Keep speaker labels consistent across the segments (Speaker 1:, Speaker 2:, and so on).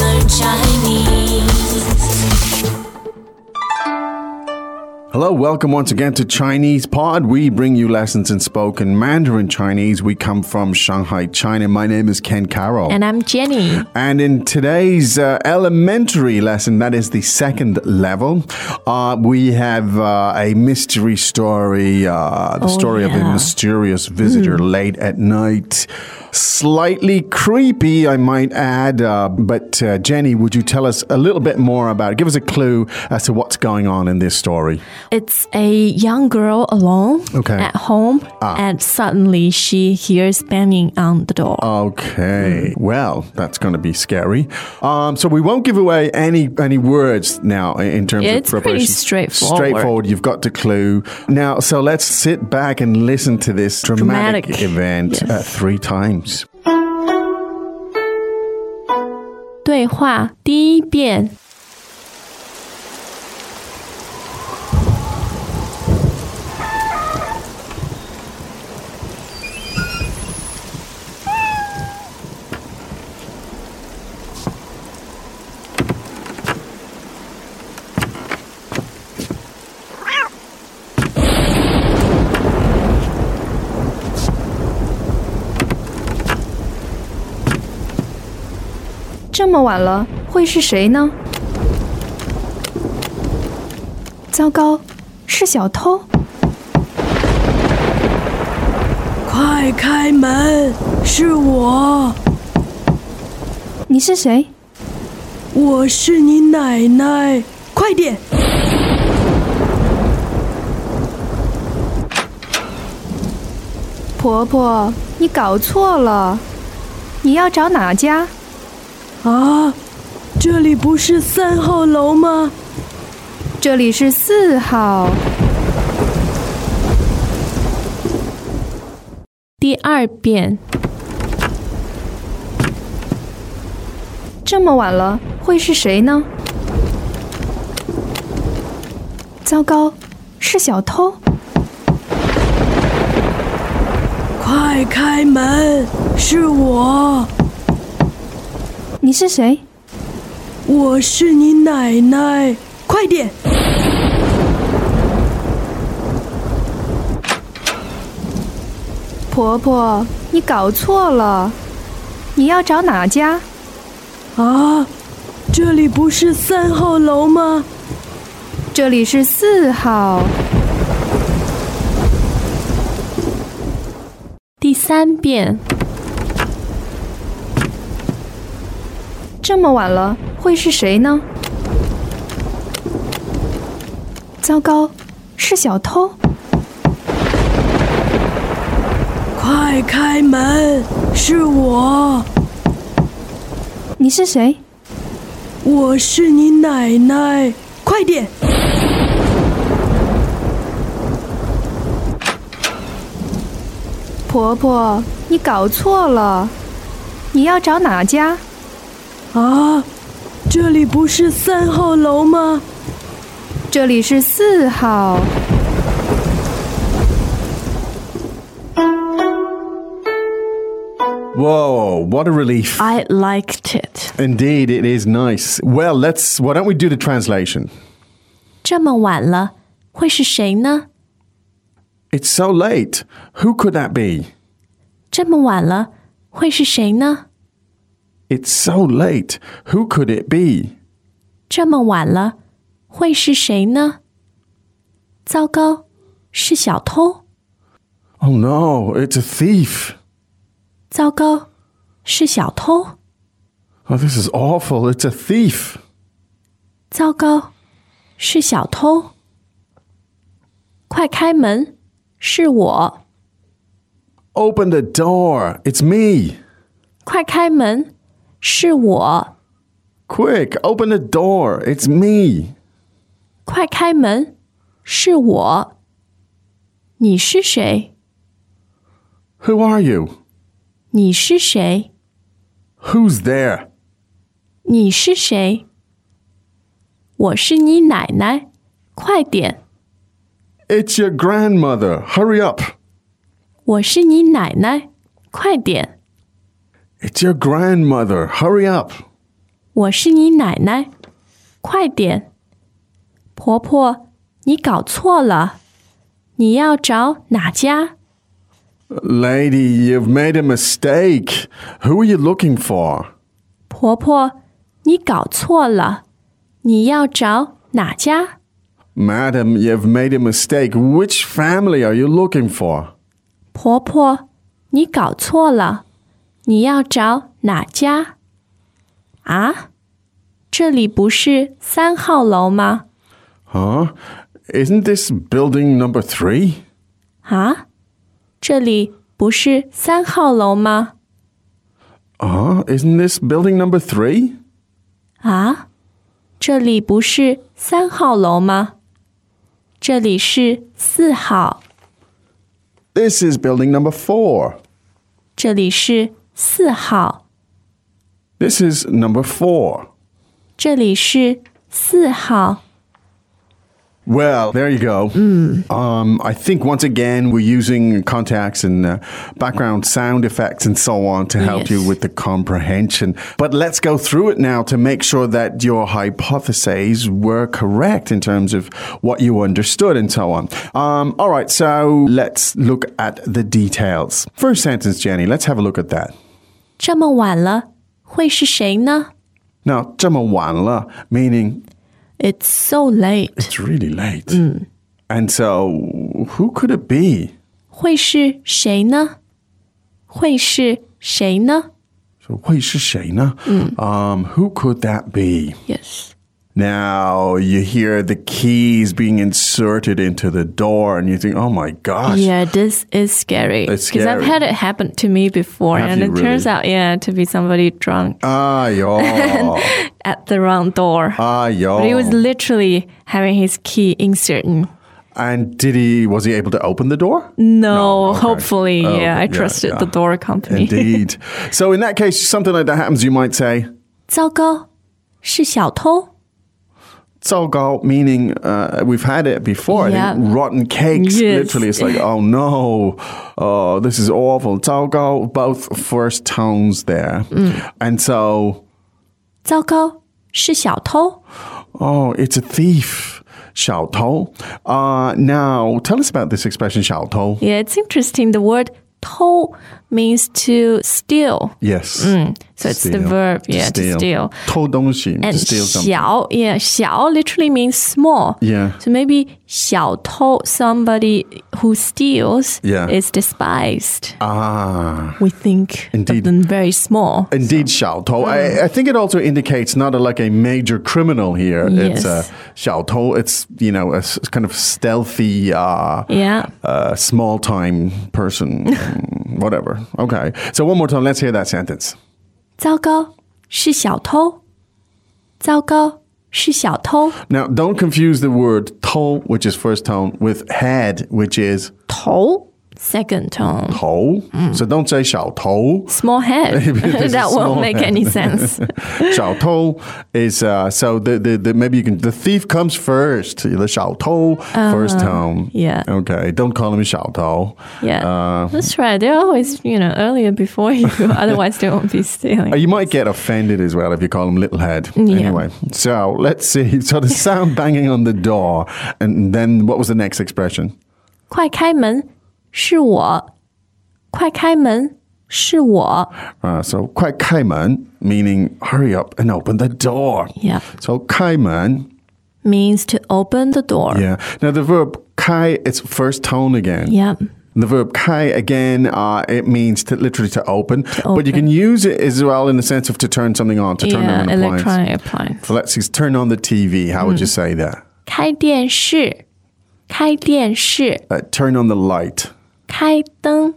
Speaker 1: learn Chinese.
Speaker 2: Hello, welcome once again to Chinese Pod. We bring you lessons in spoken Mandarin Chinese. We come from Shanghai, China. My name is Ken Carroll.
Speaker 3: And I'm Jenny.
Speaker 2: And in today's uh, elementary lesson, that is the second level, uh, we have uh, a mystery story, uh, the
Speaker 3: Oh,
Speaker 2: story of a
Speaker 3: yeah. Hmm.
Speaker 2: mysterious visitor late at night. Slightly creepy, I might add. Uh, but uh, Jenny, would you tell us a little bit more about it? Give us a clue as to what's going on in this story.
Speaker 3: It's a young girl alone
Speaker 2: Okay.
Speaker 3: at home, and suddenly she hears banging on the
Speaker 2: Ah.
Speaker 3: door.
Speaker 2: Okay.
Speaker 3: Hmm.
Speaker 2: Well, that's going to be scary. Um, so we won't give away any any words now i- in terms
Speaker 3: Yeah,
Speaker 2: of
Speaker 3: it's pretty
Speaker 2: preparation.
Speaker 3: straightforward.
Speaker 2: Straightforward. You've got the clue now. So let's sit back and listen to this dramatic,
Speaker 3: Dramatic.
Speaker 2: event
Speaker 3: Yes.
Speaker 2: uh, three times.
Speaker 3: 对话第一遍，
Speaker 4: 这么晚了，会是谁呢？糟糕，是小偷！
Speaker 5: 快开门！是我，
Speaker 4: 你是谁？
Speaker 5: 我是你奶奶！快点！
Speaker 4: 婆婆，你搞错了，你要找哪家？
Speaker 5: 啊，这里不是三号楼吗？
Speaker 4: 这里是四号。
Speaker 3: 第二遍，
Speaker 4: 这么晚了，会是谁呢？糟糕，是小偷！
Speaker 5: 快开门！是我，
Speaker 4: 你是谁？
Speaker 5: 我是你奶奶！快点！
Speaker 4: 婆婆，你搞错了，你要找哪家？
Speaker 5: 啊，这里不是三号楼吗？
Speaker 4: 这里是四号。
Speaker 3: 第三遍，
Speaker 4: 这么晚了，会是谁呢？糟糕，是小偷！
Speaker 5: 快开门！是我，
Speaker 4: 你是谁？
Speaker 5: 我是你奶奶！快点！
Speaker 4: 婆婆，你搞错了，你要找哪家？
Speaker 5: 啊，这里不是三号楼吗？
Speaker 4: 这里是四号。
Speaker 2: Whoa! What a relief.
Speaker 3: I liked it。
Speaker 2: Indeed, it is nice. Well, let's. Why don't we do the translation?
Speaker 3: 这么晚了，会是谁呢？
Speaker 2: It's so late. Who could that be?
Speaker 3: 这么晚了，会是谁呢？
Speaker 2: It's so late. Who could it be?
Speaker 3: 这么晚了，会是谁呢？糟糕，是小偷！
Speaker 2: Oh no! It's a thief.
Speaker 3: 糟糕，是小偷！
Speaker 2: Oh, this is awful. It's a thief.
Speaker 3: 糟糕，是小偷！快开门，是我！
Speaker 2: Open the door. It's me.
Speaker 3: 快开门，是我！
Speaker 2: Quick, open the door. It's me.
Speaker 3: 快开门，是我！你是谁？
Speaker 2: Who are you?
Speaker 3: 你是谁？
Speaker 2: Who's there?
Speaker 3: 你是谁？我是你奶奶，快点！
Speaker 2: It's your grandmother. Hurry up.
Speaker 3: 我是你奶奶，快点！
Speaker 2: It's your grandmother. Hurry up.
Speaker 3: 我是你奶奶，快点！婆婆，你搞错了，你要找哪家？
Speaker 2: Lady, you've made a mistake. Who are you looking for?
Speaker 3: 婆婆，你搞错了，你要找哪家？
Speaker 2: Madam, you've made a mistake. Which family are you looking for?
Speaker 3: 婆婆，你搞错了，你要找哪家？啊，这里不是三号楼吗？
Speaker 2: Huh? Isn't this building number three?
Speaker 3: 啊，这里不是三号楼吗？
Speaker 2: Huh? Isn't this building number three?
Speaker 3: 啊，这里不是三号楼吗？这里是四号，
Speaker 2: This is building number four.
Speaker 3: 这里是四号，
Speaker 2: This is number four.
Speaker 3: 这里是四号。
Speaker 2: Well, there you go. Um, I think once again we're using contacts and uh, background sound effects and so on to help you
Speaker 3: Yes.
Speaker 2: with the comprehension. But let's go through it now to make sure that your hypotheses were correct in terms of what you understood and so on. Um, all right, so let's look at the details. First sentence, Jenny. Let's have a look at that.
Speaker 3: 这么晚了，会是谁呢
Speaker 2: Now, 这么晚了, meaning
Speaker 3: ？It's so late，
Speaker 2: it's really late. And so, who could it be?
Speaker 3: 会是谁呢？会是谁呢
Speaker 2: So, 会是谁呢? Um, who could that be?
Speaker 3: ？Yes，
Speaker 2: Now you hear the keys being inserted into the door, and you think, "Oh my gosh!"
Speaker 3: Yeah, this is scary.
Speaker 2: It's
Speaker 3: Because I've
Speaker 2: scary.
Speaker 3: had it happen to me before,
Speaker 2: Have
Speaker 3: and
Speaker 2: you
Speaker 3: it turns
Speaker 2: really?
Speaker 3: out, yeah, to be somebody drunk
Speaker 2: Ah, yo,
Speaker 3: at the wrong door.
Speaker 2: ah, yo.
Speaker 3: but he was literally having his key inserted.
Speaker 2: and did he? Was he able to open the door?
Speaker 3: No,
Speaker 2: okay.
Speaker 3: hopefully,
Speaker 2: Oh,
Speaker 3: yeah,
Speaker 2: yeah,
Speaker 3: I trusted
Speaker 2: yeah.
Speaker 3: the door company.
Speaker 2: Indeed. so in that case, something like that happens. You might say
Speaker 3: 糟糕，是小偷。Yes,
Speaker 2: "糟糕," meaning uh, we've had it before. I think
Speaker 3: Yeah.
Speaker 2: rotten cakes.
Speaker 3: Yes.
Speaker 2: Literally, it's like, "Oh no, oh this is awful." 糟糕, both first tones there,
Speaker 3: Mm.
Speaker 2: and so.
Speaker 3: 糟糕，是小偷。
Speaker 2: Oh, it's a thief. 小偷. Uh, now, tell us about this expression, 小偷.
Speaker 3: Yeah, it's interesting. The word 偷 means to steal.
Speaker 2: Yes.
Speaker 3: So Mm, it's the
Speaker 2: Steal.
Speaker 3: verb, yeah, to steal.
Speaker 2: 偷东西,
Speaker 3: And
Speaker 2: to steal something.
Speaker 3: 小, yeah, 小 literally means small.
Speaker 2: Yeah.
Speaker 3: So maybe 小偷, somebody who steals,
Speaker 2: Yeah.
Speaker 3: is despised.
Speaker 2: Ah.
Speaker 3: We think
Speaker 2: Indeed.
Speaker 3: of them very small.
Speaker 2: Indeed, 小偷.
Speaker 3: Mm.
Speaker 2: I, I think it also indicates not a, like a major criminal here. It's
Speaker 3: Yes.
Speaker 2: a 小偷. It's, you know, a s- kind of stealthy, uh,
Speaker 3: Yeah.
Speaker 2: uh, small time person, mm, whatever. Okay. So, one more time, let's hear that sentence.
Speaker 3: 糟糕，是小偷。糟糕，是小偷。
Speaker 2: Now, don't confuse the word 偷, which is first tone, with head, which is
Speaker 3: 头 second tone.
Speaker 2: 头. So don't say 小头.
Speaker 3: Small head.
Speaker 2: This is
Speaker 3: that won't
Speaker 2: small
Speaker 3: make
Speaker 2: head.
Speaker 3: any sense.
Speaker 2: 小偷 is uh, so the, the the maybe you can the thief comes first. The 小偷 first tone.
Speaker 3: Uh-huh. yeah.
Speaker 2: Okay. Don't call him 小偷.
Speaker 3: Yeah.
Speaker 2: Uh,
Speaker 3: That's right. They're always, you know, earlier before you. Otherwise, they won't be stealing.
Speaker 2: Uh, you might get offended as well if you call him little head. Anyway, so let's see. So the sound banging on the door, and then what was the next expression?
Speaker 3: 快开门，是我！快开门，是我！
Speaker 2: Uh, so 快开门 meaning hurry up and open the door.
Speaker 3: Yeah.
Speaker 2: So 开门
Speaker 3: means to open the door.
Speaker 2: Yeah. Now the verb kai, it's first tone again.
Speaker 3: Yeah.
Speaker 2: The verb kai again, uh, it means to literally to open, but you can use it as well in the sense of to turn something on, to turn on
Speaker 3: Yeah,
Speaker 2: an appliance.
Speaker 3: electronic Hmm. appliance.
Speaker 2: So let's just turn on the TV. How would you say that?
Speaker 3: 开电视，开电视，
Speaker 2: Uh, turn on the light.
Speaker 3: 开灯，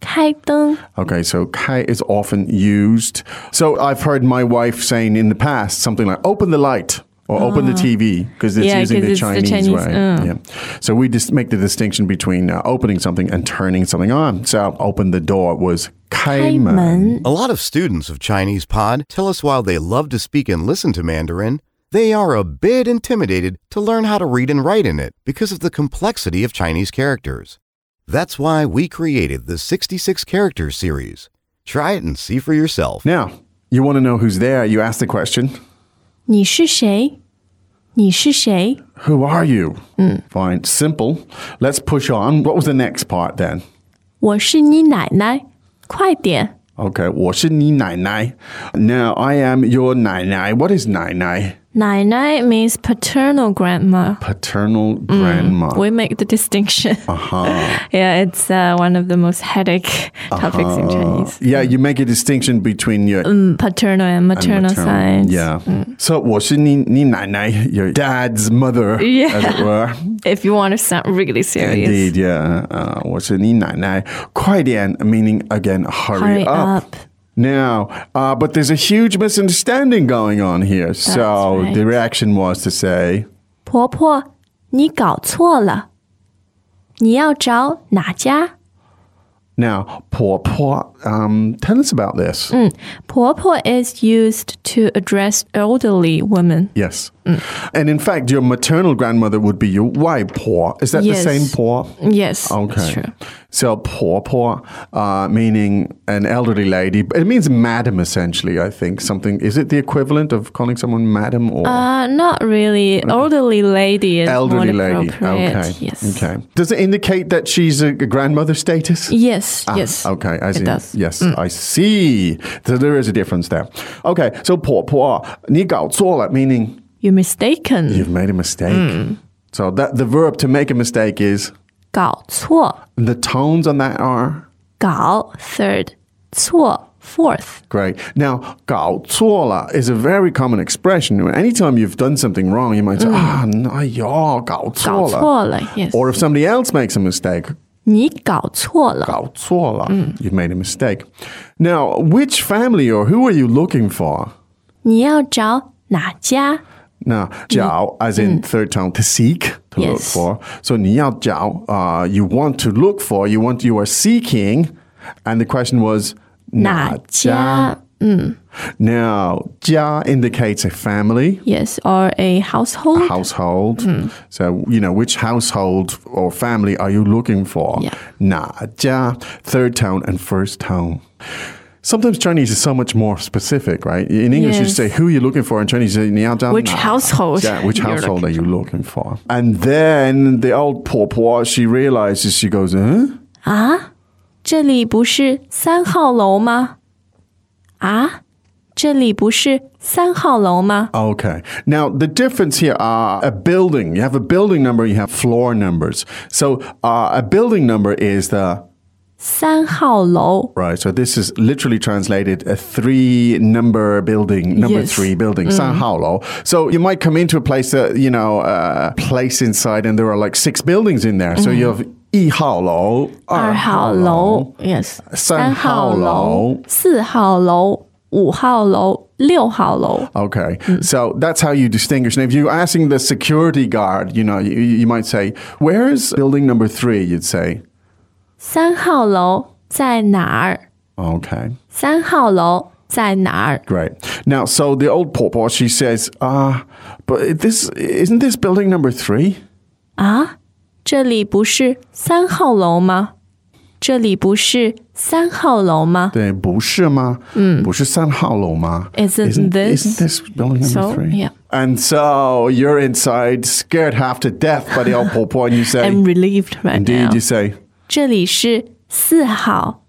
Speaker 3: 开灯。
Speaker 2: Okay, so kai is often used. So I've heard my wife saying in the past something like "open the light" or "open the TV" because it's
Speaker 3: Ah. Yeah,
Speaker 2: using
Speaker 3: 'cause
Speaker 2: the
Speaker 3: it's the
Speaker 2: Chinese,
Speaker 3: Chinese,
Speaker 2: way. Yeah. So uh, we just make the distinction between uh, opening something and turning something on. So open the door was kai. 开
Speaker 3: 开
Speaker 2: 门。
Speaker 3: 门。
Speaker 6: A lot of students of Chinese Pod tell us while they love to speak and listen to Mandarin, they are a bit intimidated to learn how to read and write in it because of the complexity of Chinese characters. That's why we created the 66 characters series. Try it and see for yourself.
Speaker 2: Now, you want to know who's there. You ask the question,
Speaker 3: 你是谁？你是谁？
Speaker 2: Who are you?
Speaker 3: Hmm.
Speaker 2: Fine. Simple. Let's push on. What was the next part then?
Speaker 3: 我是你奶奶，快点！
Speaker 2: Okay, 我是你奶奶. Now, I am your 奶奶. What is 奶奶?
Speaker 3: 奶奶 means paternal grandma.
Speaker 2: Paternal
Speaker 3: Mm.
Speaker 2: grandma.
Speaker 3: We make the distinction. yeah, it's uh, one of the most headache topics in Chinese. Mm,
Speaker 2: Yeah, you make a distinction between your
Speaker 3: Paternal and maternal,
Speaker 2: maternal.
Speaker 3: signs. Mm.
Speaker 2: Yeah. So, 我是你奶奶, your dad's mother,
Speaker 3: Yeah.
Speaker 2: as it were.
Speaker 3: If you want to sound really serious.
Speaker 2: Indeed, yeah. Uh, 我是你奶奶.快点, meaning again, hurry,
Speaker 3: Hurry
Speaker 2: up.
Speaker 3: up.
Speaker 2: Now, uh, but there's a huge misunderstanding going on here. so
Speaker 3: right.
Speaker 2: the reaction was to say,
Speaker 3: 婆婆，你搞错了。你要找哪家？
Speaker 2: now, poor, poor, um, tell us about this.
Speaker 3: Mm. 婆婆 is used to address elderly women.
Speaker 2: Yes.
Speaker 3: Mm.
Speaker 2: And in fact, your maternal grandmother would be your wai poor. Is that
Speaker 3: Yes.
Speaker 2: the same poor?
Speaker 3: Yes.
Speaker 2: Okay.
Speaker 3: That's true.
Speaker 2: So poor, poor, uh, meaning an elderly lady. It means madam, essentially, I think. Something, is it the equivalent of calling someone madam or?
Speaker 3: Uh, not really. Elderly lady is
Speaker 2: Elderly
Speaker 3: more
Speaker 2: lady.
Speaker 3: appropriate.
Speaker 2: Okay.
Speaker 3: Yes.
Speaker 2: Okay. Does it indicate that she's a grandmother status?
Speaker 3: Yes.
Speaker 2: Ah,
Speaker 3: yes.
Speaker 2: Okay, I see.
Speaker 3: does. Mm.
Speaker 2: Yes, I see. So there is a difference there. Okay, so 婆婆,你搞错了, meaning
Speaker 3: You're mistaken.
Speaker 2: you've made a mistake.
Speaker 3: Mm.
Speaker 2: So that the verb to make a mistake is
Speaker 3: 搞错。
Speaker 2: the tones on that are
Speaker 3: 搞 third. 错 fourth.
Speaker 2: great. Now, 搞错了 is a very common expression. Anytime you've done something wrong, you might say, ah, no,
Speaker 3: Mm. 搞
Speaker 2: 搞错了.
Speaker 3: 错了。Yes.
Speaker 2: Or if somebody else makes a mistake,
Speaker 3: 你搞错了。
Speaker 2: 搞错了.
Speaker 3: Mm.
Speaker 2: You've made a mistake. Now, which family or who are you looking for?
Speaker 3: 你要找哪家？
Speaker 2: Now, 找 as in third tone to seek, to look
Speaker 3: Mm. Yes.
Speaker 2: for. So 你要找, uh, you want to look for, you want you are seeking. And the question was
Speaker 3: 哪家
Speaker 2: Now, 家 indicates a family.
Speaker 3: ？Yes. Or a household.
Speaker 2: Ah. Household. So, you know, which household or family are you looking for?
Speaker 3: Yeah.
Speaker 2: 哪家, third tone and first tone. Sometimes Chinese is so much more specific, right? In English, you
Speaker 3: Yes.
Speaker 2: say who you're looking for. In Chinese, you say 你要找
Speaker 3: Which
Speaker 2: 哪-
Speaker 3: household
Speaker 2: Yeah, which
Speaker 3: you're
Speaker 2: household are you looking for? And then the old poor poor, she realizes, she goes, huh?
Speaker 3: 这里不是三号楼吗？啊，这里不是三号楼吗？
Speaker 2: Okay. Now, the difference here are a building. You have a building number, you have floor numbers. So, uh, a building number is the.
Speaker 3: 三号楼
Speaker 2: Right, so this is literally translated a three number building, number
Speaker 3: Yes.
Speaker 2: three building, San Hao So you might come into a place that, you know, a place inside and there are like six buildings in there. So you have Mm-hmm. Yi Hao Lo,
Speaker 3: 二号楼，yes，
Speaker 2: 三号楼
Speaker 3: 三四号楼、五号楼、六号楼。
Speaker 2: Okay, so that's how you distinguish. And if you're asking the security guard, you know, you, you might say, Where is building number three? You'd say,
Speaker 3: 三号楼在哪儿？
Speaker 2: Okay.
Speaker 3: 三号楼在哪儿？
Speaker 2: Great. Now, so the old pawpaw, she says, ah, but this isn't this building number three?
Speaker 3: 这里不是三号楼吗？这里不是三号楼吗？
Speaker 2: 对，不是吗？嗯，不是三号楼吗
Speaker 3: Isn't this-
Speaker 2: isn't this building number
Speaker 3: So,
Speaker 2: three?
Speaker 3: yeah.
Speaker 2: And so you're inside, scared half to death by the old pawpaw, and you say,
Speaker 3: I'm relieved right now.
Speaker 2: indeed, you say
Speaker 3: 这里是四号，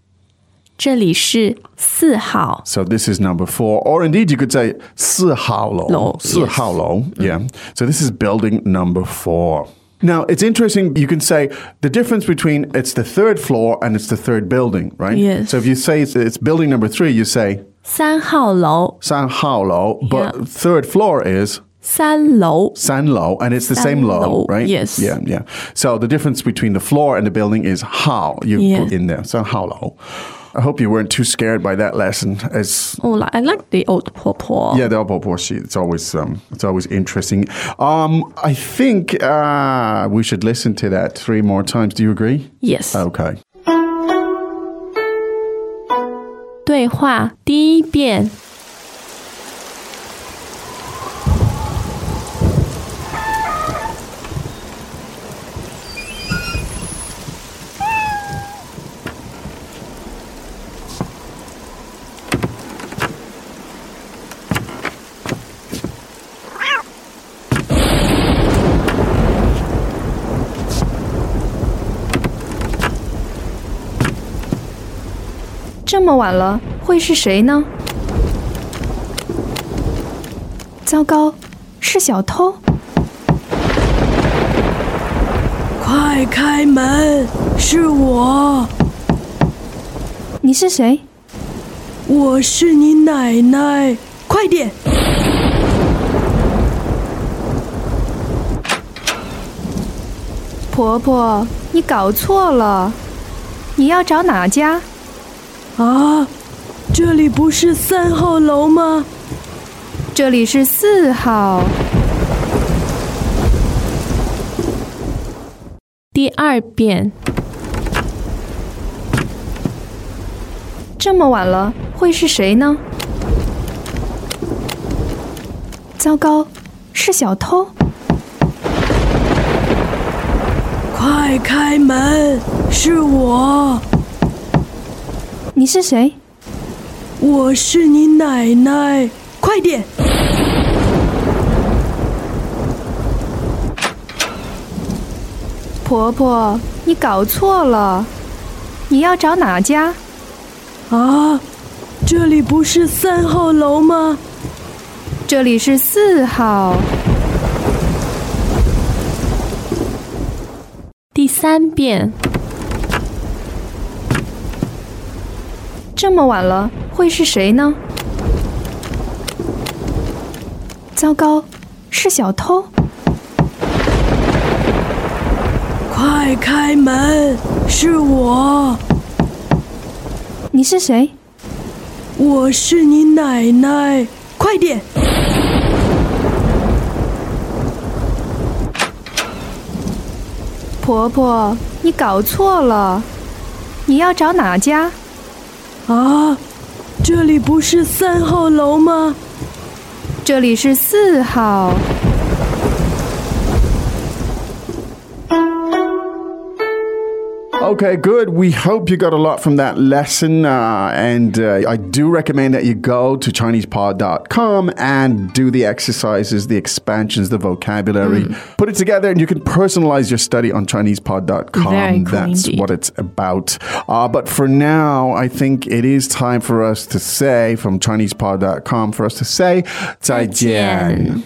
Speaker 3: 这里是四号
Speaker 2: So this is number four, or indeed you could say 四号楼.
Speaker 3: 楼，
Speaker 2: 四号楼,
Speaker 3: Mm.
Speaker 2: yeah. So this is building number four. Now it's interesting. You can say the difference between it's the third floor and it's the third building, right?
Speaker 3: Yes.
Speaker 2: So if you say it's, it's building number three, you say
Speaker 3: 三号楼，
Speaker 2: 三号楼, but
Speaker 3: Yeah.
Speaker 2: third floor is
Speaker 3: 三楼
Speaker 2: sanlo, and it's the same low,
Speaker 3: 三楼,
Speaker 2: right?
Speaker 3: yes.
Speaker 2: Yeah, yeah. So the difference between the floor and the building is how you put
Speaker 3: Yeah.
Speaker 2: in there. So how low. I hope you weren't too scared by that lesson. As
Speaker 3: Oh, li- I like the old 婆婆。
Speaker 2: Yeah, the elbow washi. It's always um, it's always interesting. Um, I think uh, we should listen to that three more times. Do you agree?
Speaker 3: Yes.
Speaker 2: Okay.
Speaker 3: 对话第一遍。
Speaker 4: 这么晚了，会是谁呢？糟糕，是小偷！
Speaker 5: 快开门！是我，
Speaker 4: 你是谁？
Speaker 5: 我是你奶奶！快点！
Speaker 4: 婆婆，你搞错了，你要找哪家？
Speaker 5: 啊，这里不是三号楼吗？
Speaker 4: 这里是四号。
Speaker 3: 第二遍，
Speaker 4: 这么晚了，会是谁呢？糟糕，是小偷！
Speaker 5: 快开门！是我，
Speaker 4: 你是谁？
Speaker 5: 我是你奶奶！快点！
Speaker 4: 婆婆，你搞错了，你要找哪家？
Speaker 5: 啊，这里不是三号楼吗？
Speaker 4: 这里是四号。
Speaker 3: 第三遍，
Speaker 4: 这么晚了，会是谁呢？糟糕，是小偷！
Speaker 5: 快开门！是我，
Speaker 4: 你是谁？
Speaker 5: 我是你奶奶！快点！
Speaker 4: 婆婆，你搞错了，你要找哪家？
Speaker 5: 啊，这里不是三号楼吗？
Speaker 4: 这里是四号。
Speaker 2: Okay, good. We hope you got a lot from that lesson. Uh, and uh, I do recommend that you go to ChinesePod.com and do the exercises, the expansions, the vocabulary.
Speaker 7: Mm.
Speaker 2: Put it together and you can personalize your study on ChinesePod.com.
Speaker 7: Very cool
Speaker 2: That's
Speaker 7: indeed.
Speaker 2: what it's about. Uh, but for now, I think it is time for us to say from ChinesePod.com for us to say 再见.